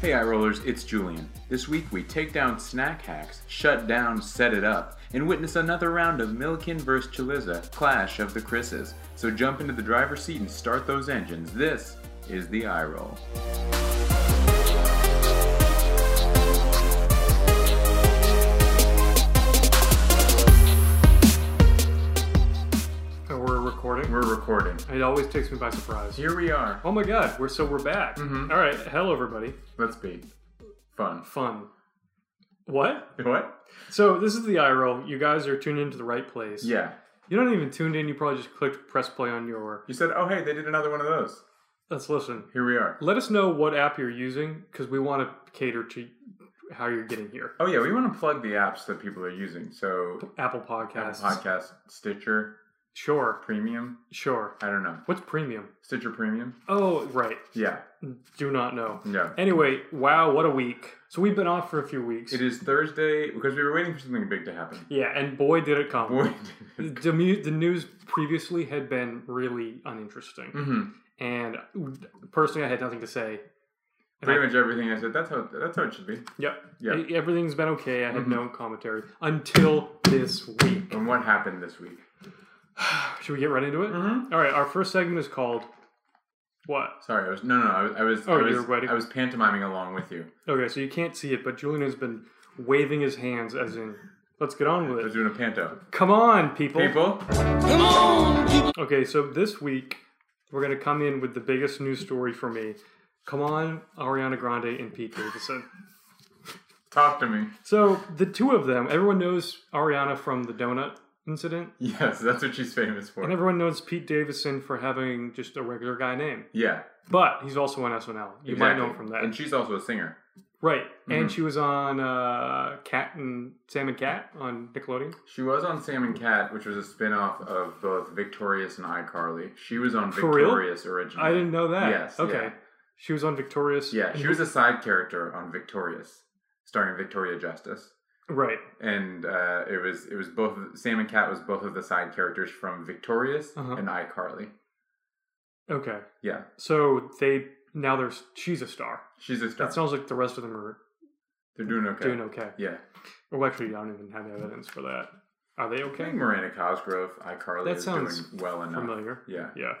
Hey, eye rollers, it's Julian. This week we take down snack hacks, shut down, set it up, and witness another round of Milken vs. Chaliza clash of the Chris's. So jump into the driver's seat and start those engines. This is the eye roll. And we're recording. We're recording. It always takes me by surprise. Here we are. Oh my god, we're so we're back. Mhm. All right, hello everybody. Let's be fun. Fun. What? What? So this is the eye roll. You guys are tuned into the right place. Yeah. You don't even tuned in. You probably just clicked press play on your. You said, oh, hey, they did another one of those. Let's listen. Here we are. Let us know what app you're using because we want to cater to how you're getting here. Oh, yeah, we want to plug the apps that people are using. So, Apple Apple Podcasts. Podcast, Stitcher, Sure, Premium. sure. I don't know. What's premium? Stitcher Premium? Oh, right. Yeah. Do not know. Yeah. Anyway, wow, what a week. So we've been off for a few weeks. It is Thursday because we were waiting for something big to happen. Yeah, and boy, did it come. mm-hmm. the, mu- the news previously had been really uninteresting, Mm. Mm-hmm. and personally, I had nothing to say. And I- Pretty much everything I said. That's how that's how it should be. Yep, Yeah. E- everything's been okay. I had Mhm. no commentary until this week. And what happened this week? Should we get right into it? Mm-hmm. All right, our first segment is called what? Sorry, I was no, no, no. I was, I was, Oh, I, was you're waiting. I was pantomiming along with you. Okay, so you can't see it, but Julian has been waving his hands as in, "Let's get on I with was it." doing a panto. Come on, people. People, Okay, so this week we're gonna come in with the biggest news story for me. Come on, Ariana Grande and Pete Davidson. talk to me. So the two of them, everyone knows Ariana from the donut incident, Yes, that's what she's famous for. and everyone knows Pete Davison for having just a regular guy name. yeah, But he's also on SNL. You might know exactly. him from that, And she's also a singer. right? And Mhm. she was on uh, Cat and Sam and Cat on Nickelodeon. She was on Sam and Cat, which was a spin-off of both Victorious and iCarly. She was on For real? Victorious originally. I didn't know that. Yes, Okay. yeah. She was on Victorious. Yeah, and- she was a side character on Victorious, starring Victoria Justice, right. and uh, it was it was both Sam and Cat was both of the side characters from Victorious Uh-huh. and iCarly. Okay. Yeah, So they now there's she's a star. she's a star. It sounds like the rest of them are They're doing okay. doing okay. yeah, Well, actually, I don't even have evidence for that. Are they I okay? think Miranda Cosgrove, iCarly That is sounds doing well enough. Familiar. Yeah, Yeah.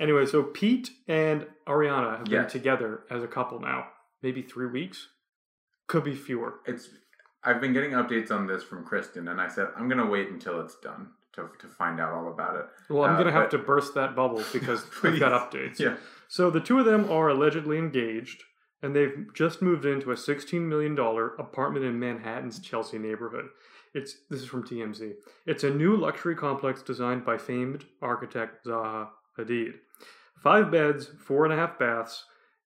Anyway, so Pete and Ariana have Yes. been together as a couple now, maybe three weeks, could be fewer. it's. I've been getting updates on this from Kristen, and I said I'm gonna wait until it's done to to find out all about it. Well, I'm Uh, gonna have but- to burst that bubble because we've got updates. Yeah, So the two of them are allegedly engaged, and they've just moved into a $16 million apartment in Manhattan's Chelsea neighborhood. It's this is from TMZ. It's a new luxury complex designed by famed architect Zaha Hadid. Five beds, four and a half baths,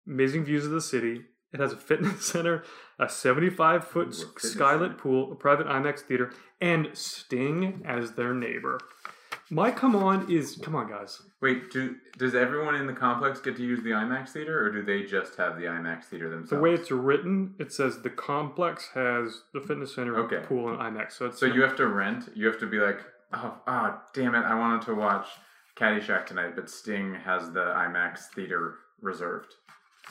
amazing views of the city. It has a fitness center, a 75 Ooh, a foot fitness skylit center. pool, a private IMAX theater, and Sting as their neighbor. My come on is come on, guys. Wait, do, does everyone in the complex get to use the IMAX theater, or do they just have the IMAX theater themselves? The way it's written, it says the complex has the fitness center, Okay. pool, and IMAX. So it's so you have to rent. You have to be like, oh, ah, damn it! I wanted to watch Caddyshack tonight, but Sting has the IMAX theater reserved.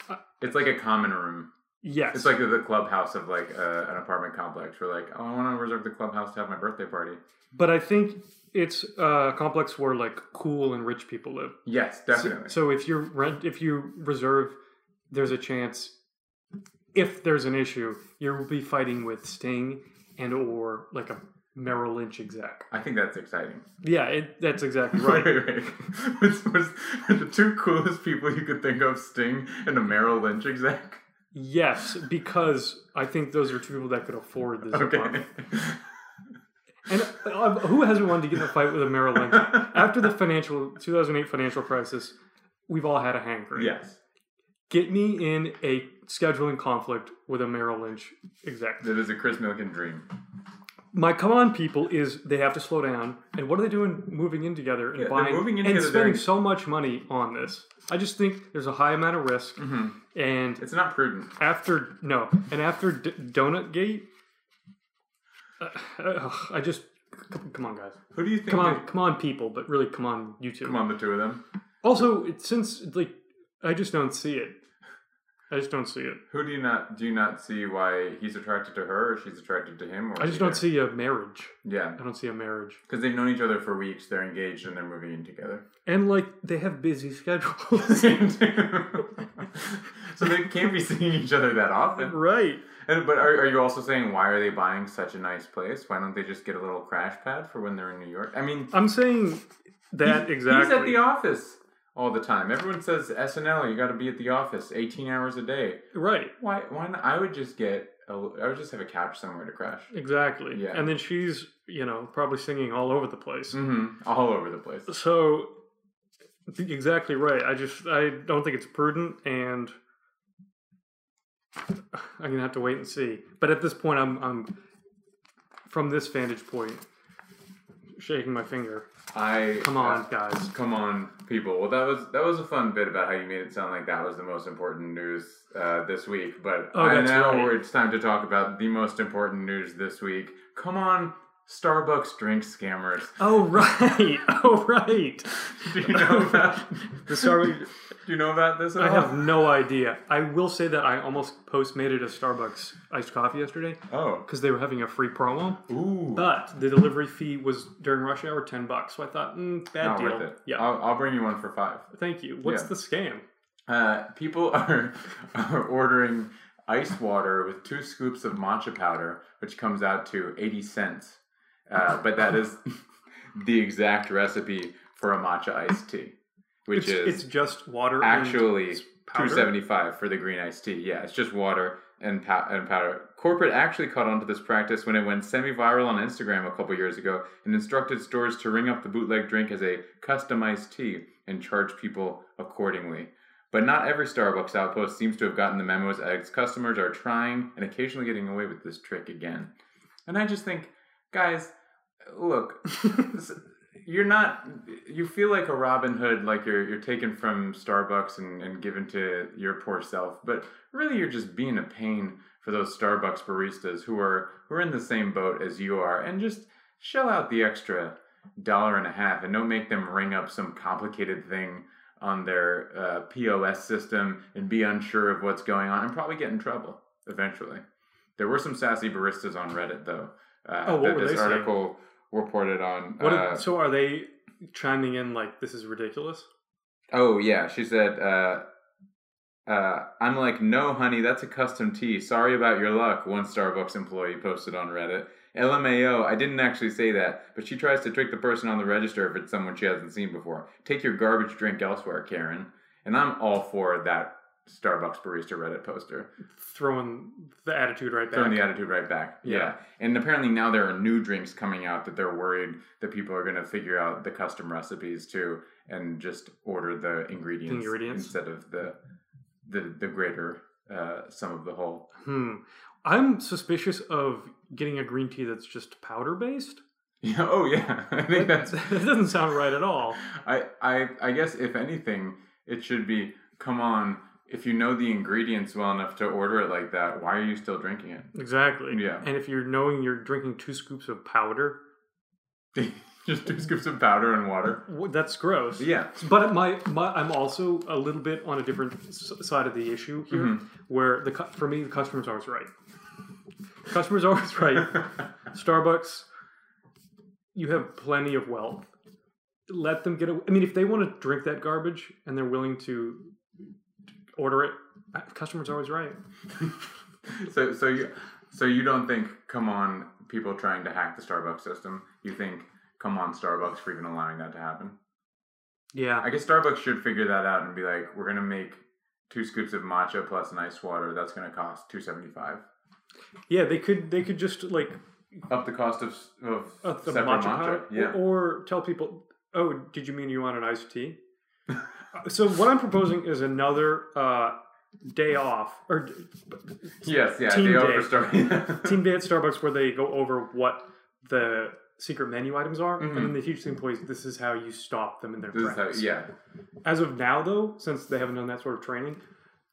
Uh, It's like a common room. yes, It's like the clubhouse of like uh, an apartment complex. We're like, oh, I want to reserve the clubhouse to have my birthday party. but I think it's a complex where like cool and rich people live. Yes, definitely. So, so if you rent, if you reserve, there's a chance. If there's an issue, you'll be fighting with Sting and or like a Merrill Lynch exec. I think that's exciting. Yeah, it, that's exactly Right, right. right, right. It's- was- were the two coolest people you could think of, Sting and a Merrill Lynch exec. yes, because I think those are two people that could afford this apartment. Okay. And uh, who hasn't wanted to get in a fight with a Merrill Lynch? After the financial 2008 financial crisis, we've all had a hankering. yes, Get me in a scheduling conflict with a Merrill Lynch exec. that is a Chris Milken dream. My come on people is they have to slow down. And what are they doing moving in together and Yeah, they're buying moving in and together, spending they're- so much money on this? I just think there's a high amount of risk. Mhm. And It's not prudent. after no, and after D- Donut Gate, uh, ugh, I just come come on guys. Who do you think? Come on, did- come on, people! But really, come on, YouTube. come on, the two of them. Also, it, since like I just don't see it. I just don't see it. Who do you not do you not see why he's attracted to her or she's attracted to him? Or I just don't either? see a marriage. Yeah, I don't see a marriage. because they've known each other for weeks. They're engaged and they're moving in together. And like they have busy schedules. so they can't be seeing each other that often. right. And, but are, are you also saying why are they buying such a nice place? Why don't they just get a little crash pad for when they're in New York? I mean, I'm saying that he's- exactly. He's at the office all the time. Everyone says SNL. You got to be at the office, eighteen hours a day. right. Why? Why not? I would just get. A, I would just have a couch somewhere to crash. Exactly. Yeah. And then she's, you know, probably singing all over the place. Mm-hmm. All over the place. So exactly right. I just I don't think it's prudent and I'm gonna have to wait and see. But at this point I'm I'm from this vantage point shaking my finger. I Come on, guys. Come on, people. Well, that was that was a fun bit about how you made it sound like that was the most important news uh, this week. But Oh, I- that's now right. we're- it's time to talk about the most important news this week. Come on, Starbucks drink scammers. Oh right. Oh right. Do you know about? The Starbucks- Do you know about this? At I all? have no idea. I will say that I almost post made it a Starbucks iced coffee yesterday Oh, because they were having a free promo. ooh, But the delivery fee was during rush hour ten bucks. So I thought, mm, bad not deal. worth it. Yeah. I'll, I'll bring you one for five. Thank you. What's Yeah. the scam? Uh, people are, are ordering ice water with two scoops of matcha powder, which comes out to 80 cents. Uh, but that is the exact recipe for a matcha iced tea, which It's, is it's just water. and actually s- powder? 275 for the green iced tea. Yeah, it's just water and, pow- and powder. Corporate actually caught on to this practice when it went semi viral on Instagram a couple years ago and instructed stores to ring up the bootleg drink as a customized tea and charge people accordingly. But not every Starbucks outpost seems to have gotten the memos as customers are trying and occasionally getting away with this trick again. And I just think, guys, look, s- you're not. You feel like a Robin Hood, like you're you're taken from Starbucks and, and given to your poor self. But really, you're just being a pain for those Starbucks baristas who are who are in the same boat as you are, and just shell out the extra dollar and a half, and don't make them ring up some complicated thing on their uh, POS system and be unsure of what's going on, and probably get in trouble eventually. There were some sassy baristas on Reddit though. Uh, Oh, what that were this they saying? article reported on. What uh, did- so are they chiming in like this is ridiculous? oh yeah, she said. Uh, uh, I'm like, no, honey, that's a custom tea. Sorry about your luck. One Starbucks employee posted on Reddit. LMAO, I didn't actually say that, but she tries to trick the person on the register if it's someone she hasn't seen before. Take your garbage drink elsewhere, Karen. And I'm all for that Starbucks barista Reddit poster. Throwing the attitude right back. Throwing the attitude right back. Yeah. Yeah. And apparently now there are new drinks coming out that they're worried that people are going to figure out the custom recipes to and just order the ingredients, ingredients. instead of the the the greater uh, sum of the whole. hmm. I'm suspicious of getting a green tea that's just powder based. Yeah. Oh yeah. I think that's. that doesn't sound right at all. I I I guess if anything, it should be come on. If you know the ingredients well enough to order it like that, why are you still drinking it? Exactly. Yeah. And if you're knowing you're drinking two scoops of powder, just two scoops of powder and water. wh- that's gross. Yeah. But my, my I'm also a little bit on a different s- side of the issue here, where the cu- for me the customer's always right. Customer's always right. Starbucks, you have plenty of wealth. Let them get. Away. I mean, if they want to drink that garbage and they're willing to order it, uh, customer's always right. So so you so you don't think come on people trying to hack the Starbucks system? You think come on Starbucks for even allowing that to happen? Yeah, I guess Starbucks should figure that out and be like, we're gonna make two scoops of matcha plus an ice water. That's gonna cost two seventy five. yeah. They could they could just like Up the cost of of uh, the separate matcha, matcha. powder, Yeah. or, or tell people, oh, did you mean you want an iced tea? Uh, so what I'm proposing is another uh, day off or d- Yes. Yeah. Team day out day. for Starbucks. team day at Starbucks where they go over what the secret menu items are, Mhm. and then they teach the employees this is how you stop them in their This is how, tracks. yeah. As of now, though, since they haven't done that sort of training,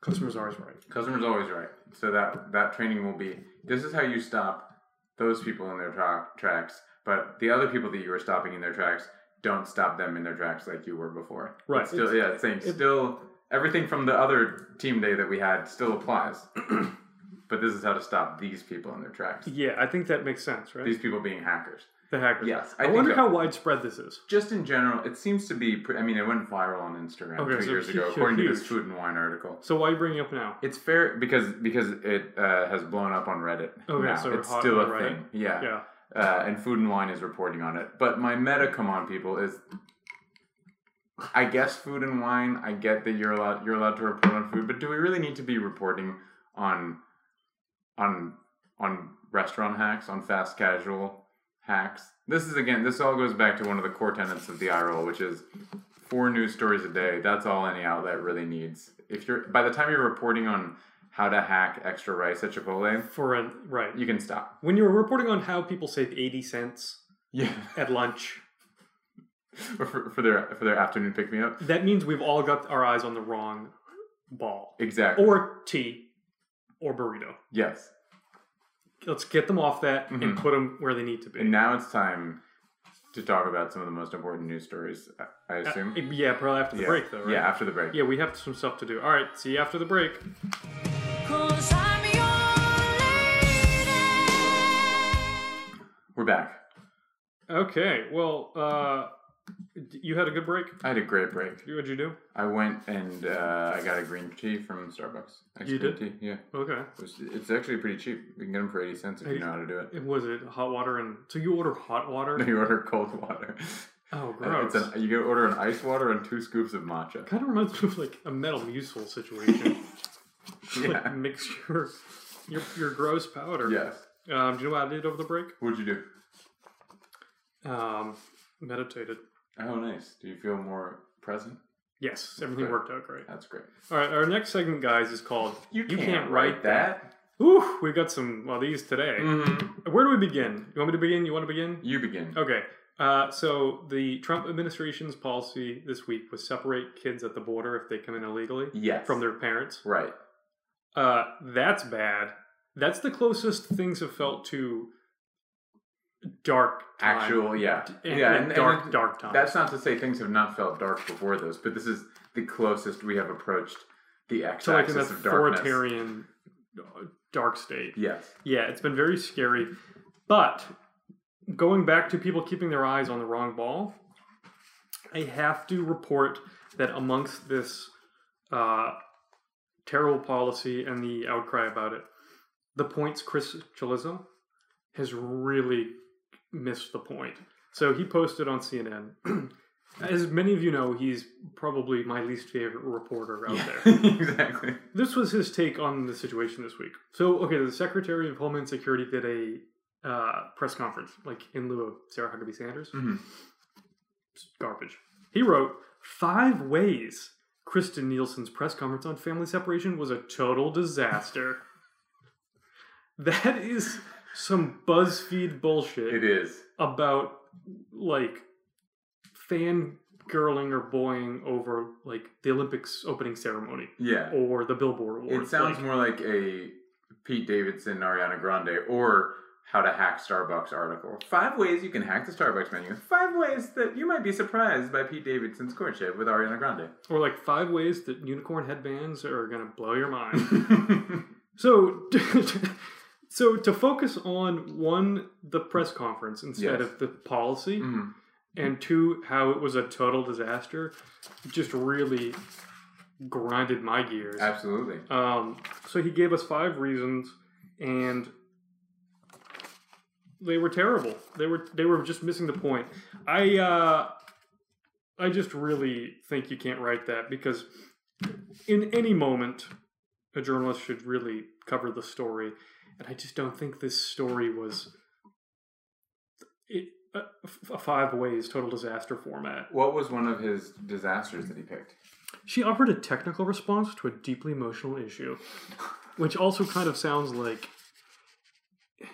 customers are always right. Customer's always right. So that that training will be this is how you stop those people in their tra- tracks, but the other people that you were stopping in their tracks, don't stop them in their tracks like you were before. Right. It's still, yeah, it's saying it- still Everything from the other team day that we had still applies, but this is how to stop these people in their tracks. Yeah, I think that makes sense, right? These people being hackers. the hackers. Yes, I I, think wonder that- how widespread this is. Just in general, it seems to be. Pre- I mean, it went viral on Instagram Okay, two so years hu- ago, according to this huge. Food and Wine article. So why are you bringing it up now? It's fair because because it uh, has blown up on Reddit. Okay, now. Oh, so it's hot still a on Reddit. thing. Yeah. Yeah. Uh, and Food and Wine is reporting on it. But my meta come on people is I guess Food and Wine, I get that you're allowed you're allowed to report on food, but do we really need to be reporting on on on restaurant hacks, on fast casual hacks? This is again this all goes back to one of the core tenets of the iRoll, which is four news stories a day. That's all any outlet really needs. If you're by the time you're reporting on how to hack extra rice at Chipotle, For a right. you can stop. When you're reporting on how people save 80 cents Yeah. at lunch, for, for their for their afternoon pick me up. that means we've all got our eyes on the wrong ball Exactly. or tea or burrito. yes. Let's get them off that and Mhm. put them where they need to be. And now it's time to talk about some of the most important news stories. I- I Uh, assume. yeah, probably after the yeah. break, though, right? Yeah, after the break. Yeah, we have some stuff to do. All right, see you after the break. Cause I'm your lady. We're back. Okay, well, uh, d- you had a good break. I had a great break. What'd you do? I went and uh, I got a green tea from Starbucks. Ice You cream did? Tea. Yeah, Okay. it was, it's actually pretty cheap. You can get them for eighty cents if you Eighty- know how to do it. It was it hot water and so you order hot water. You order cold water. Oh, And gross. It's an, you can order an ice water and two scoops of matcha. Kind of reminds me of like a metal musel situation. Yeah. Like mix your your your gross powder. Yes. Um, do you know what I did over the break? What'd you do? Um, meditated. Oh, nice. Do you feel more present? Yes, everything Good. worked out great. That's great. All right, our next segment, guys, is called Ooh, we've got some well these today. Mhm. Where do we begin? You want me to begin? You want to begin? You begin. Mm-hmm. Okay. Uh, so the Trump administration's policy this week was separate kids at the border if they come in illegally Yes. from their parents. right. Uh, that's bad. That's the closest things have felt to dark time. Actual, yeah, and, yeah, and dark, dark time. That's not to say things have not felt dark before this, but this is the closest we have approached the so like x-axis an of darkness. authoritarian uh, dark state. Yes, Yeah, it's been very scary. But going back to people keeping their eyes on the wrong ball, I have to report that amongst this uh, terrible policy and the outcry about it, the points Chris Chalizo has really missed the point. So he posted on CNN. As many of you know, he's probably my least favorite reporter out Yeah, there exactly. this was his take on the situation this week. So, okay, the Secretary of Homeland Security did a uh, press conference, like in lieu of Sarah Huckabee Sanders. Mhm. It's Garbage. He wrote five ways Kristen Nielsen's press conference on family separation was a total disaster. that is some BuzzFeed bullshit It is. about like fangirling or boying over like the Olympics opening ceremony Yeah, or the Billboard Awards. it sounds Like, more like a Pete Davidson, Ariana Grande, or how to hack Starbucks article. Five ways you can hack the Starbucks menu. Five ways that you might be surprised by Pete Davidson's courtship with Ariana Grande. or like five ways that unicorn headbands are gonna blow your mind. so, so to focus on one, the press conference instead Yes. of the policy, Mhm. and two, how it was a total disaster, just really grinded my gears. Absolutely. Um, so he gave us five reasons, and they were terrible. They were they were just missing the point. I uh, I just really think you can't write that because in any moment a journalist should really cover the story, and I just don't think this story was it, a, a five ways total disaster format. What was one of his disasters that he picked? She offered a technical response to a deeply emotional issue, which also kind of sounds like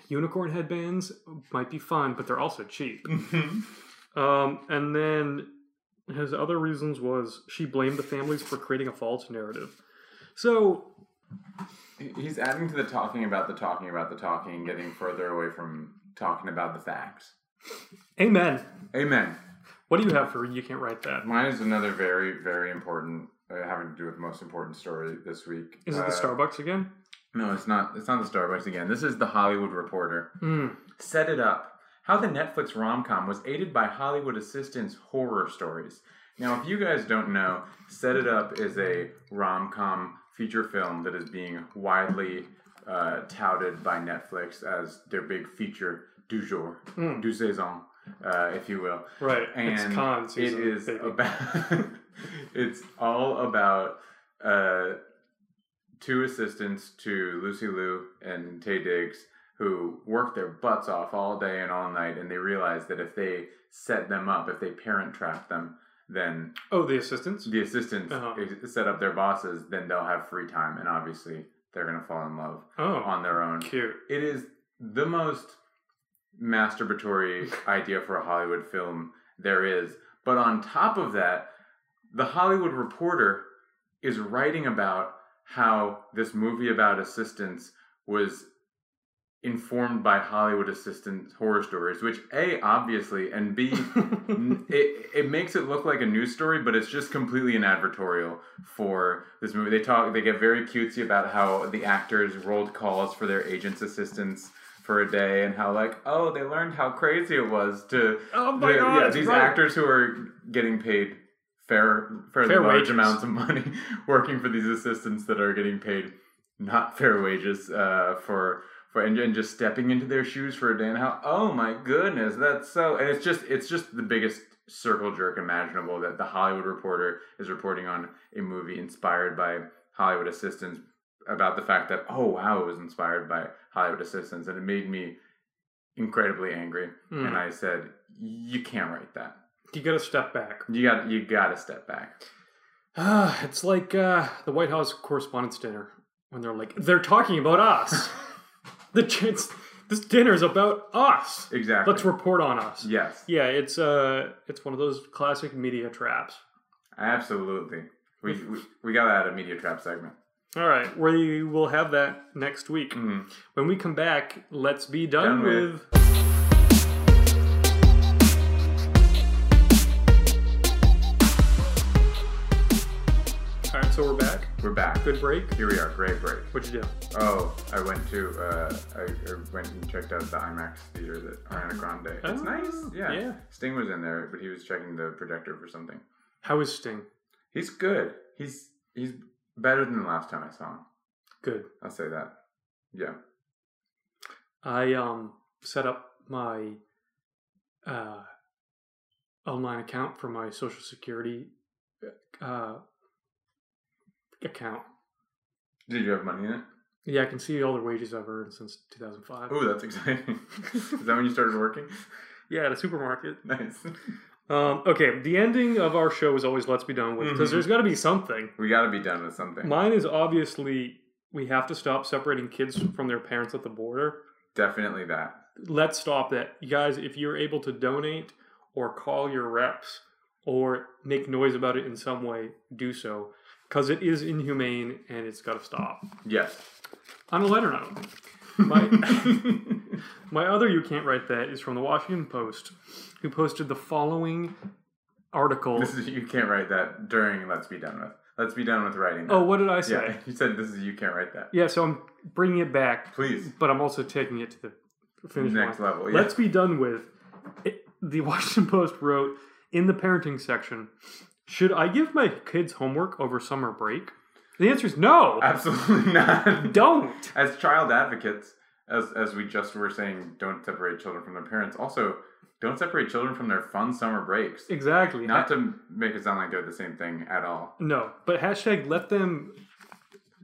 unicorn headbands might be fun, but they're also cheap. Um, and then his other reasons was she blamed the families for creating a false narrative. So He's adding to the talking about the talking about the talking and getting further away from talking about the facts. amen. Amen. What do you have for you can't write that? Mine is another very, very important uh, having to do with the most important story this week. Is it Uh, the Starbucks again? No, it's not. It's not the Starbucks again. This is the Hollywood Reporter. Mm. Set it up. How the Netflix rom com was aided by Hollywood assistants' horror stories. Now, if you guys don't know, Set It Up is a rom com feature film that is being widely uh, touted by Netflix as their big feature du jour, Mm. du saison, uh, if you will. Right. it's And con season. it is baby. about. it's all about uh, two assistants to Lucy Liu and Tay Diggs who work their butts off all day and all night, and they realize that if they set them up, if they parent trap them, then oh, the assistants? the assistants Uh-huh. i- set up their bosses. Then they'll have free time, and obviously they're gonna fall in love Oh, on their own. cute. It is the most masturbatory idea for a Hollywood film there is. But on top of that, the Hollywood Reporter is writing about how this movie about assistants was informed by Hollywood assistant horror stories, which A, obviously, and B, Oh n- it, it makes it look like a news story, but it's just completely an advertorial for this movie. They talk, they get very cutesy about how the actors rolled calls for their agents' assistants for a day, and how like, oh, they learned how crazy it was to. Oh my the- God, Yeah, it's these right. actors who are getting paid fair, fairly Fair large wages. amounts of money, working for these assistants that are getting paid not fair wages uh, for for and, and just stepping into their shoes for a day and how oh my goodness that's so and it's just it's just the biggest circle jerk imaginable that the Hollywood Reporter is reporting on a movie inspired by Hollywood assistants about the fact that oh wow it was inspired by Hollywood assistants and it made me incredibly angry Mm. and I said you can't write that You gotta step back. you got you got to step back Ah, it's like uh, the White House Correspondents' Dinner when they're like, they're talking about us. the chance, this dinner is about us. exactly Let's report on us. yes Yeah, it's uh, it's one of those classic media traps. absolutely we we, we got out of media trap segment. All right, we will have that next week. Mhm. When we come back, let's be Mm. done, Done with. with. All right, so we're back. We're back. Good break. Here we are. Great break. What'd you do? Oh, I went to uh, I, I went and checked out the IMAX theater that Ariana Grande. It's Oh, nice. Yeah. yeah. Sting was in there, but he was checking the projector for something. How is Sting? He's good. He's he's better than the last time I saw him. Good. I'll say that. Yeah. I um set up my uh, online account for my social security uh, account. Did you have money in it? Yeah, I can see all the wages I've earned since 2005. Oh, that's exciting. Is that when you started working? Yeah, at a supermarket. Nice. Um, okay, the ending of our show is always "Let's be done with" because Mhm. there's got to be something. We got to be done with something. Mine is obviously we have to stop separating kids from their parents at the border. Definitely that. let's stop that. You guys, if you're able to donate or call your reps or make noise about it in some way, do so because it is inhumane and it's got to stop. Yes. On a letter note, my, my other You Can't Write That is from the Washington Post, who posted the following article. This is you can't write that during Let's Be Done with. Let's be done with writing. that. oh, what did I say? yeah. Yeah. You said this is you can't write that. so I'm bringing it back, Please. but I'm also taking it to the finish Next line. level. Yeah. Let's be done with. It, the Washington Post wrote in the parenting section, should I give my kids homework over summer break? The answer is no. Uh, Absolutely not. don't. As child advocates, as as we just were saying, don't separate children from their parents. Also, don't separate children from their fun summer breaks. Exactly. Not to make it sound like they're the same thing at all. no, but hashtag let them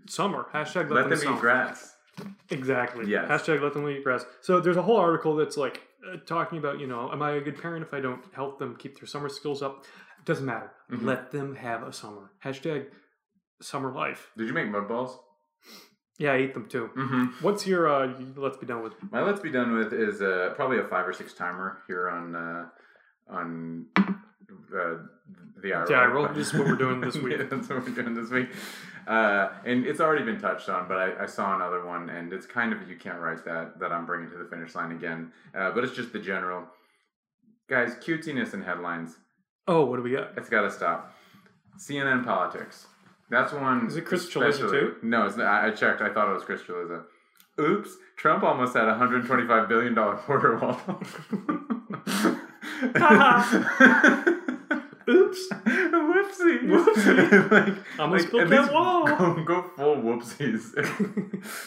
summer. Hashtag let, Let them summer. eat grass. Exactly. Yes. Hashtag let them eat grass. So there's a whole article that's like uh, talking about, you know, am I a good parent if I don't help them keep their summer skills up? Doesn't matter. Mhm. Let them have a summer. Hashtag summer life. Did you make mud balls? Yeah, I ate them too. Mm-hmm. What's your uh, let's be done with? My let's be done with is uh, probably a five or six timer here on uh, on uh, the eye roll. The eye roll, just what we're doing this week. Yeah, that's what we're doing this week. Uh, and it's already been touched on, but I, I saw another one, and it's kind of you can't write that that I'm bringing to the finish line again. Uh, but it's just the general guys cutesiness in headlines. Oh, what do we got? It's got to stop. CNN politics. That's one. Is it Chris Chaliza especially- too? No, it's not. I I checked. I thought it was Chris Chaliza. Oops. Trump almost had a hundred twenty-five billion dollar border wall. Oops. Whoopsie. Whoopsie. like, Almost like, built at that least wall. Go, go full whoopsies.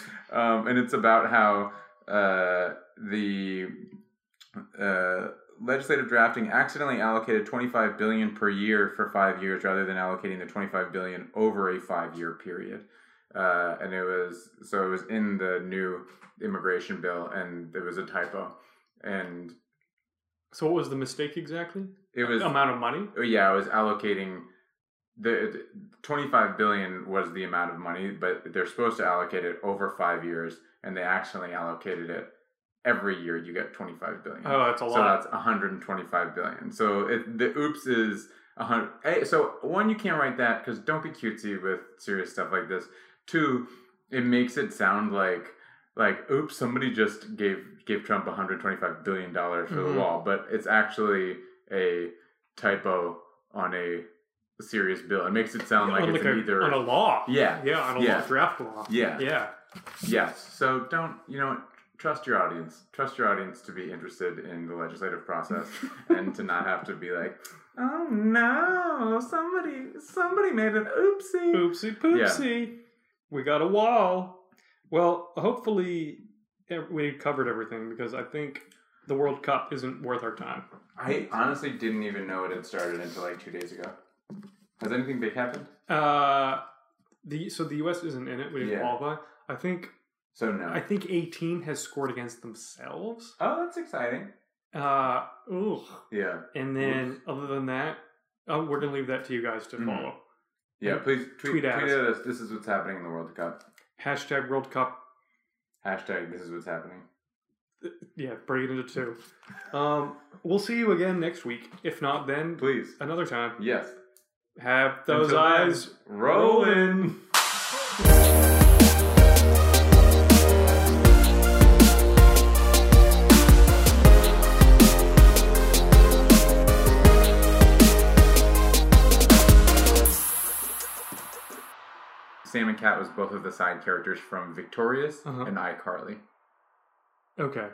um, and it's about how uh, the uh, legislative drafting accidentally allocated 25 billion per year for five years rather than allocating the 25 billion over a five-year period. Uh, and it was so it was in the new immigration bill, and there was a typo, and So what was the mistake exactly? it was Amount of money? Oh, yeah, I was allocating the the 25 billion was the amount of money, but they're supposed to allocate it over 5 years and they accidentally allocated it every year you get 25 billion. Oh, that's a so lot. that's 125 billion. So it, the oops is 100 hey, so one you can't write that cuz don't be cutesy with serious stuff like this. Two, it makes it sound like like oops somebody just gave gave Trump 125 billion dollars for Mhm. the wall, but it's actually a typo on a serious bill. It makes it sound like on, it's like an a, either on a law. Yeah. Yeah, on a Yeah. law, draft law. Yeah. Yeah. yes. So don't you know trust your audience. Trust your audience to be interested in the legislative process and to not have to be like, oh no, somebody somebody made an oopsie. Oopsie poopsie. We got a wall. Well, hopefully eh, we covered everything because I think the World Cup isn't worth our time. I honestly didn't even know it had started until like two days ago. Has anything big happened? Uh, the so the U.S. isn't in it. We didn't Yeah. qualify. I think So no. I think 18 has scored against themselves. oh, that's exciting. Uh, ugh. Yeah. And then other than that, oh, we're gonna leave that to you guys to Mhm. follow. Yeah, And please tweet, tweet tweet, at at us. us. This is what's happening in the World Cup. Hashtag World Cup. Hashtag this is what's happening. Yeah, break it into two. Um, we'll see you again next week. If not, then Please. another time. Yes. Have those Until then, eyes rolling. Sam and Cat was both of the side characters from Victorious Uh-huh. and iCarly. Okay.